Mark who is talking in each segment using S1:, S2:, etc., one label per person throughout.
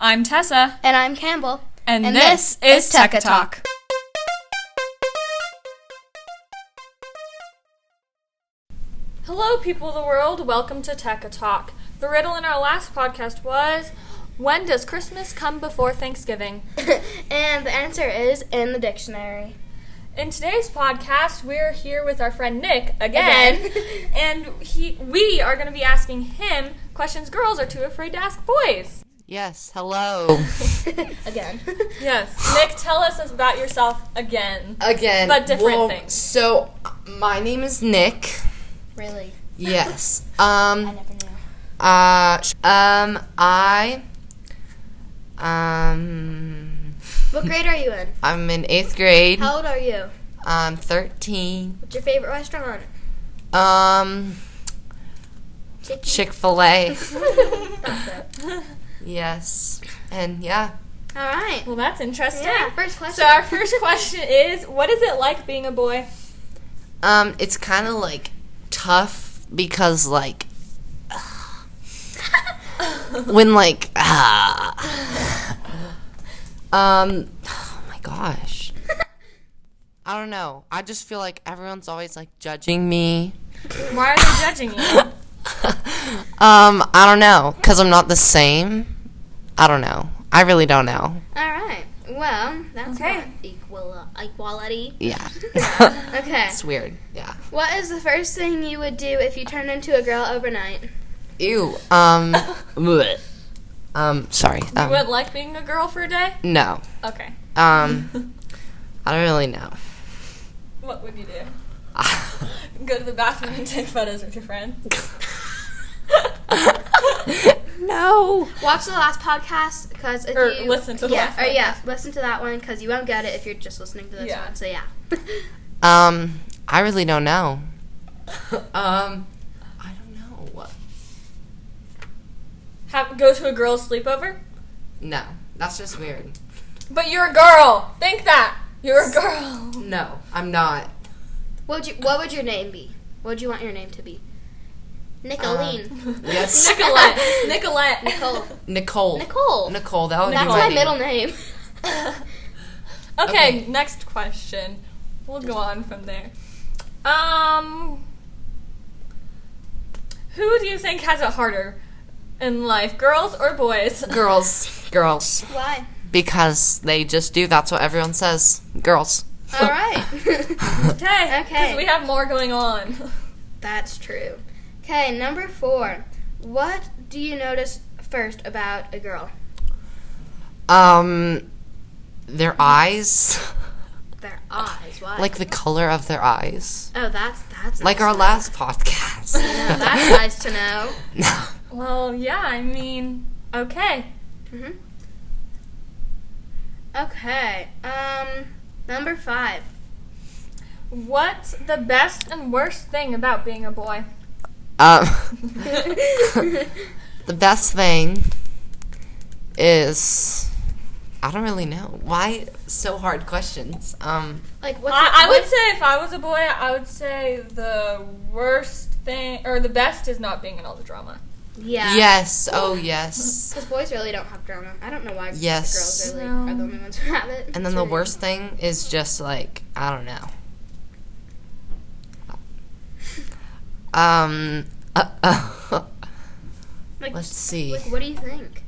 S1: I'm Tessa,
S2: And I'm Campbell.
S1: and,
S2: And
S1: this,
S2: this
S1: is
S2: is
S1: Tekka
S2: Tekka
S1: Talk. Hello, people of the world. Welcome to Tekka Talk. The riddle in our last podcast was When does Christmas come before Thanksgiving?
S2: and the answer is in the dictionary.
S1: In today's podcast, we're here with our friend Nick again,
S2: Again.
S1: and he, we are going to be asking him questions girls are too afraid to ask boys.
S3: Yes, hello.
S2: Again.
S1: Yes. Nick, tell us about yourself again.
S3: Again.
S1: But different things.
S3: So, my name is Nick.
S2: really?
S3: Yes. Um,
S2: Never knew.
S3: uh, sh- um, I, um,
S2: What grade are you in?
S3: I'm in eighth grade.
S2: How old are you?
S3: I'm 13.
S2: What's your favorite restaurant?
S3: Um,
S2: Chicken.
S3: Chick fil A.
S2: That's it.
S3: yes. And yeah.
S2: All right.
S1: Well, that's interesting.
S2: Yeah. First question.
S1: So our first question is, what is it like being a boy?
S3: Um, it's kind of like tough because like when like ah. um oh my gosh. I don't know. I just feel like everyone's always like judging me.
S1: Why are they judging you?
S3: Um, I don't know cuz I'm not the same. I don't know. I really don't know.
S2: All right. Well, that's
S1: Okay.
S2: not equal equality.
S3: Yeah.
S2: Okay.
S3: it's weird. Yeah.
S2: What is the first thing you would do if you turned into a girl overnight?
S3: Ew. Um bleh. Um sorry.
S1: You
S3: Um,
S1: would like being a girl for a day?
S3: no.
S1: Okay.
S3: Um I don't really know.
S1: What would you do? Go to the bathroom and take photos with your friends.
S3: no.
S2: Watch the last podcast because if
S1: Or
S2: you
S1: listen to the
S2: yeah
S1: last
S2: or yeah listen to that one because you won't get it if you're just listening to this
S1: Yeah.
S2: one. So yeah.
S3: Um, I really don't know. um, I don't know.
S1: Have, go to a girl's sleepover?
S3: No, that's just weird.
S1: But you're a girl. Think that. You're a girl.
S3: No, I'm not.
S2: what would you What would your name be? What would you want your name to be? Nicolene.
S3: Yes,
S1: Nicolette. Nicolette.
S2: Nicole.
S3: Nicole.
S2: Nicole.
S3: Nicole. That would
S2: That's
S3: be my,
S2: my
S3: name.
S2: middle name.
S1: Okay,
S3: Okay.
S1: next question. We'll go on from there. Um, who do you think has it harder in life, girls or boys?
S3: Girls, girls,
S2: Why?
S3: because they just do. That's what everyone says. Girls.
S2: All right.
S1: Okay,
S2: Okay.
S1: we have more going on.
S2: That's true. Okay, number four. What do you notice first about a girl?
S3: Um, their eyes,
S2: Their eyes. Why?
S3: like the color of their eyes,
S2: oh, that's that's
S3: like our
S2: nice
S3: last podcast.
S2: to know. That's nice to know.
S1: Well, yeah, I mean, okay.
S2: Mhm. Okay. Um, number five.
S1: What's the best and worst thing about being a boy?
S3: um. The best thing is I don't really know. Why so hard questions? Um
S2: like what's
S1: I, I
S2: what-
S1: would say if I was a boy, I would say the worst thing, or the best is not being in all the drama.
S2: yeah.
S3: yes, oh yes.
S2: Because boys really don't have drama. I don't know why
S3: Yes.
S2: girls really
S1: No.
S2: are the only ones who have it.
S3: And then the worst thing is just like I don't know. Um uh, uh,
S2: Like,
S3: let's see.
S2: like, what do you think?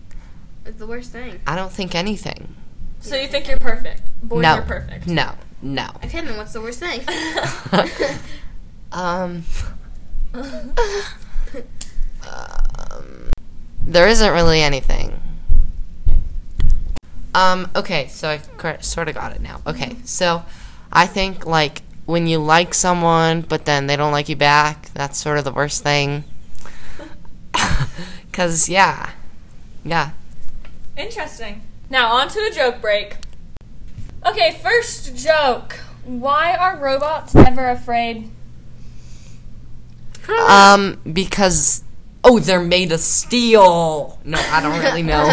S2: Is the worst thing.
S3: I don't think anything.
S1: So you think you're perfect? Boys
S3: no.
S1: are perfect.
S3: No. No.
S2: Okay, then what's the worst thing?
S3: um Um, there isn't really anything. Um, okay, so I sort of got it now. Okay, so I think, like, when you like someone, but then they don't like you back, that's sort of the worst thing. Because, yeah. Yeah.
S1: Interesting. Now on to a joke break. Okay, first joke. Why are robots ever afraid?
S3: Um, because, oh, they're made of steel. No, I don't really know.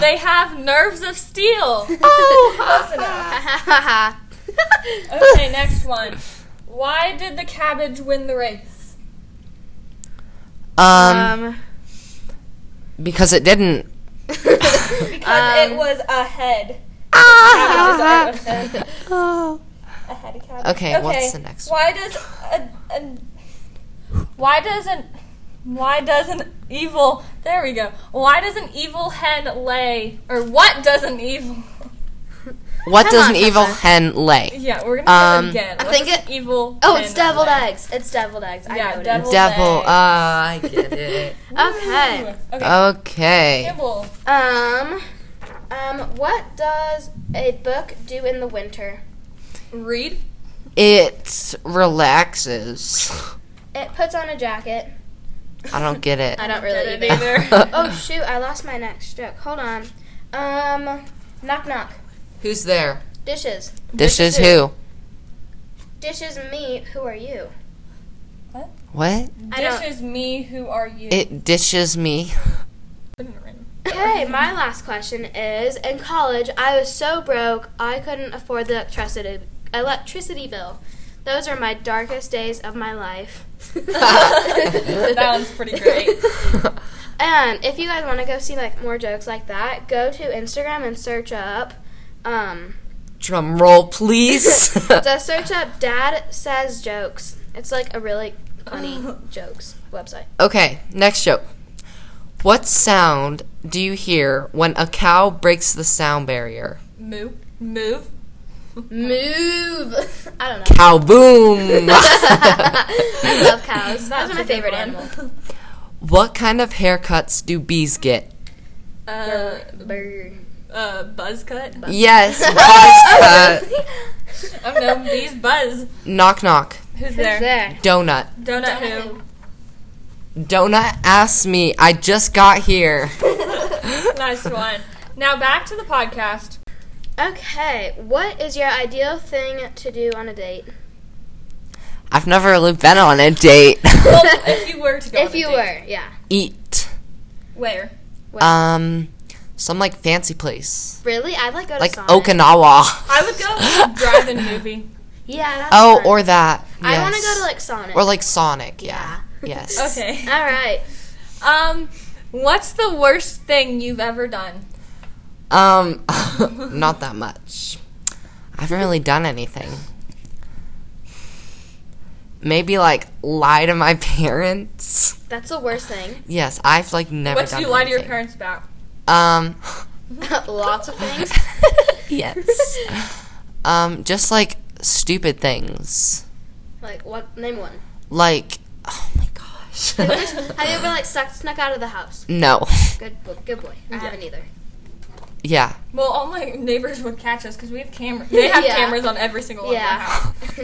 S1: They have nerves of steel.
S2: Oh.
S1: Okay, next one. Why did the cabbage win the race?
S2: Um,
S3: um, because it didn't.
S1: Because
S2: Um,
S1: it was a head.
S3: Ah!
S1: Just out of head.
S3: Oh.
S1: A head cavity.
S3: Okay, what's the next one?
S1: Why does a, a, why doesn't why doesn't evil there we go. Why does an evil hen lay or what does an evil
S3: What
S2: Come
S3: does
S2: on,
S3: an evil
S2: Tessa.
S3: hen lay?
S1: Yeah, we're gonna do
S3: Um,
S1: it again.
S2: I
S1: What
S2: think
S1: does
S2: it-
S1: an evil
S2: Oh, it's
S1: hen
S2: deviled
S1: lay?
S2: eggs. It's deviled eggs. I
S1: Yeah,
S2: know it
S1: devil-
S2: is.
S3: Devil.
S1: lay.
S3: Ah, I get it.
S2: Okay.
S1: Ooh, Okay.
S3: Okay.
S1: Nibble.
S2: Um, um, what does a book do in the winter?
S1: Read.
S3: It relaxes.
S2: It puts on a jacket.
S3: I don't get it.
S2: I don't really
S1: Get
S2: either.
S1: it either.
S2: Oh shoot! I lost my next joke. Hold on. Um, knock knock.
S3: Who's there?
S2: Dishes.
S3: This
S1: This
S3: is
S1: is
S3: who?
S2: Dishes me. Who are you?
S3: What?
S2: I don't-
S1: This is me. Who are you?
S3: It dishes me.
S1: Didn't ring.
S2: Okay, my last question is: In college, I was so broke I couldn't afford the electricity electricity bill. Those are my darkest days of my life.
S1: That one's pretty great.
S2: And if you guys want to go see like more jokes like that, go to Instagram and search up. Um,
S3: Drum roll, please.
S2: just search up "Dad Says Jokes." It's like a really funny jokes website.
S3: okay, next joke. What sound do you hear when a cow breaks the sound barrier?
S1: Move. Move.
S2: Move. I don't know.
S3: Cow boom.
S2: I love cows. That
S1: That's
S2: was my
S1: a good
S2: favorite
S1: one. Uh,
S2: animal.
S3: what kind of haircuts do bees get?
S1: Uh, uh, buzz cut.
S3: Yes,
S2: Oh,
S3: buzz cut.
S1: I'm known these buzz.
S3: knock knock.
S1: Who's
S2: There.
S1: there?
S3: Donut.
S1: Donut, who?
S3: Donut asked me. I just got here.
S1: nice one. Now back to the podcast.
S2: Okay, what is your ideal thing to do on a date?
S3: I've never really been on a date.
S1: Well, if you were to go,
S2: if
S1: on a
S2: you
S1: date,
S2: were, yeah.
S3: Eat.
S1: where?
S3: Um, some like fancy place,
S2: Really? I'd like go to
S3: like
S2: Sonic.
S3: Okinawa.
S1: I would go to the drive-in movie.
S2: Yeah. That's
S3: Oh,
S2: fun.
S3: or that.
S2: I want to
S3: yes.
S2: go to like Sonic.
S3: or like Sonic. Yeah. Yes.
S1: Okay.
S2: All right.
S1: Um, what's the worst thing you've ever done?
S3: Um, not that much. I haven't really done anything. Maybe like lie to my parents.
S2: That's the worst thing.
S3: Yes, I've like never.
S1: What
S3: done
S1: do you lie to your
S3: anything.
S1: parents about?
S3: Um.
S2: Lots of things.
S3: yes. um, just like stupid things.
S2: Like what? Name one.
S3: Like, oh my gosh.
S2: Have you ever like stuck, snuck out of the house?
S3: no.
S2: Good, bo- good boy. I haven't either.
S3: Yeah.
S1: Well, all my neighbors would catch us because we have cameras. They have
S2: Yeah.
S1: cameras on every single one of
S2: Yeah.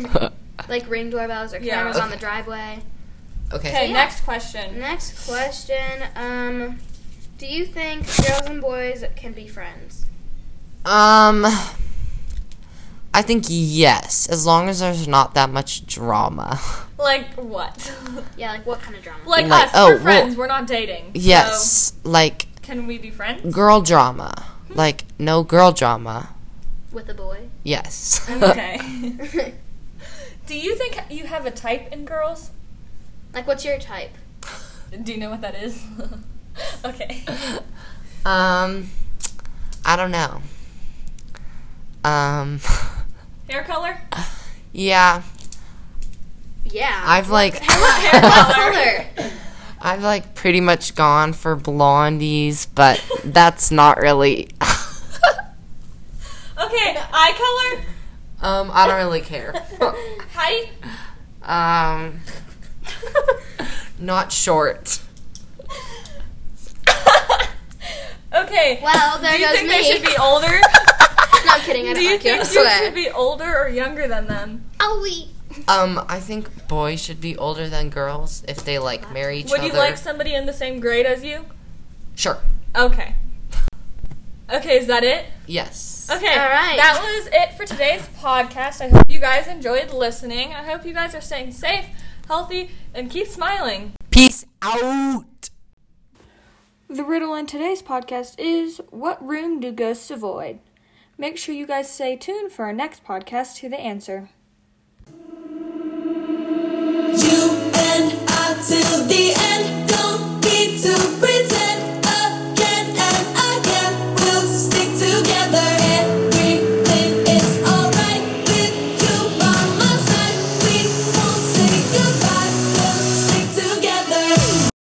S1: our house.
S2: Like ring doorbells or
S1: Yeah.
S2: cameras on the driveway.
S1: Okay,
S3: okay.
S2: Yeah.
S1: next question.
S2: Next question. Um, do you think girls and boys can be friends?
S3: Um, I think yes, as long as there's not that much drama.
S2: Oh.
S1: Like what?
S2: Yeah, like what kind of drama?
S1: like,
S3: Like,
S1: us,
S3: oh,
S1: we're
S3: well-
S1: friends. we're not dating. So
S3: Yes, like
S1: can we be friends?
S3: girl drama. Like no girl drama.
S2: With a boy?
S3: Yes.
S1: Okay. do you think you have a type in girls?
S2: like, what's your type?
S1: Do you know what that is? okay.
S3: um, I don't know. Um,
S1: Hair color?
S3: yeah,
S2: Yeah.
S3: I've like
S1: Hair color.
S2: color.
S3: I've like pretty much gone for blondies, but that's not really.
S1: Okay, eye
S3: um, I don't really care.
S1: color? Height?
S3: um, not short.
S1: okay.
S2: Well, there
S1: Do you
S2: goes
S1: think
S2: me.
S1: they should be older?
S2: no, I'm kidding. I
S1: Do
S2: don't
S1: you
S2: like you.
S1: think
S2: I
S1: you
S2: swear.
S1: should be older or younger than them?
S2: oh, we.
S3: Um, I think boys should be older than girls if they like marry each
S1: Would
S3: other.
S1: you like somebody in the same grade as you?
S3: Sure.
S1: Okay. Okay, is that it?
S3: Yes.
S1: Okay.
S2: All right.
S1: That was it for today's podcast. I hope you guys enjoyed listening. I hope you guys are staying safe, healthy, and keep smiling.
S3: Peace out.
S1: The riddle in today's podcast is What room do ghosts avoid? Make sure you guys stay tuned for our next podcast to the answer.
S4: You and I till the end. Don't need to breathe.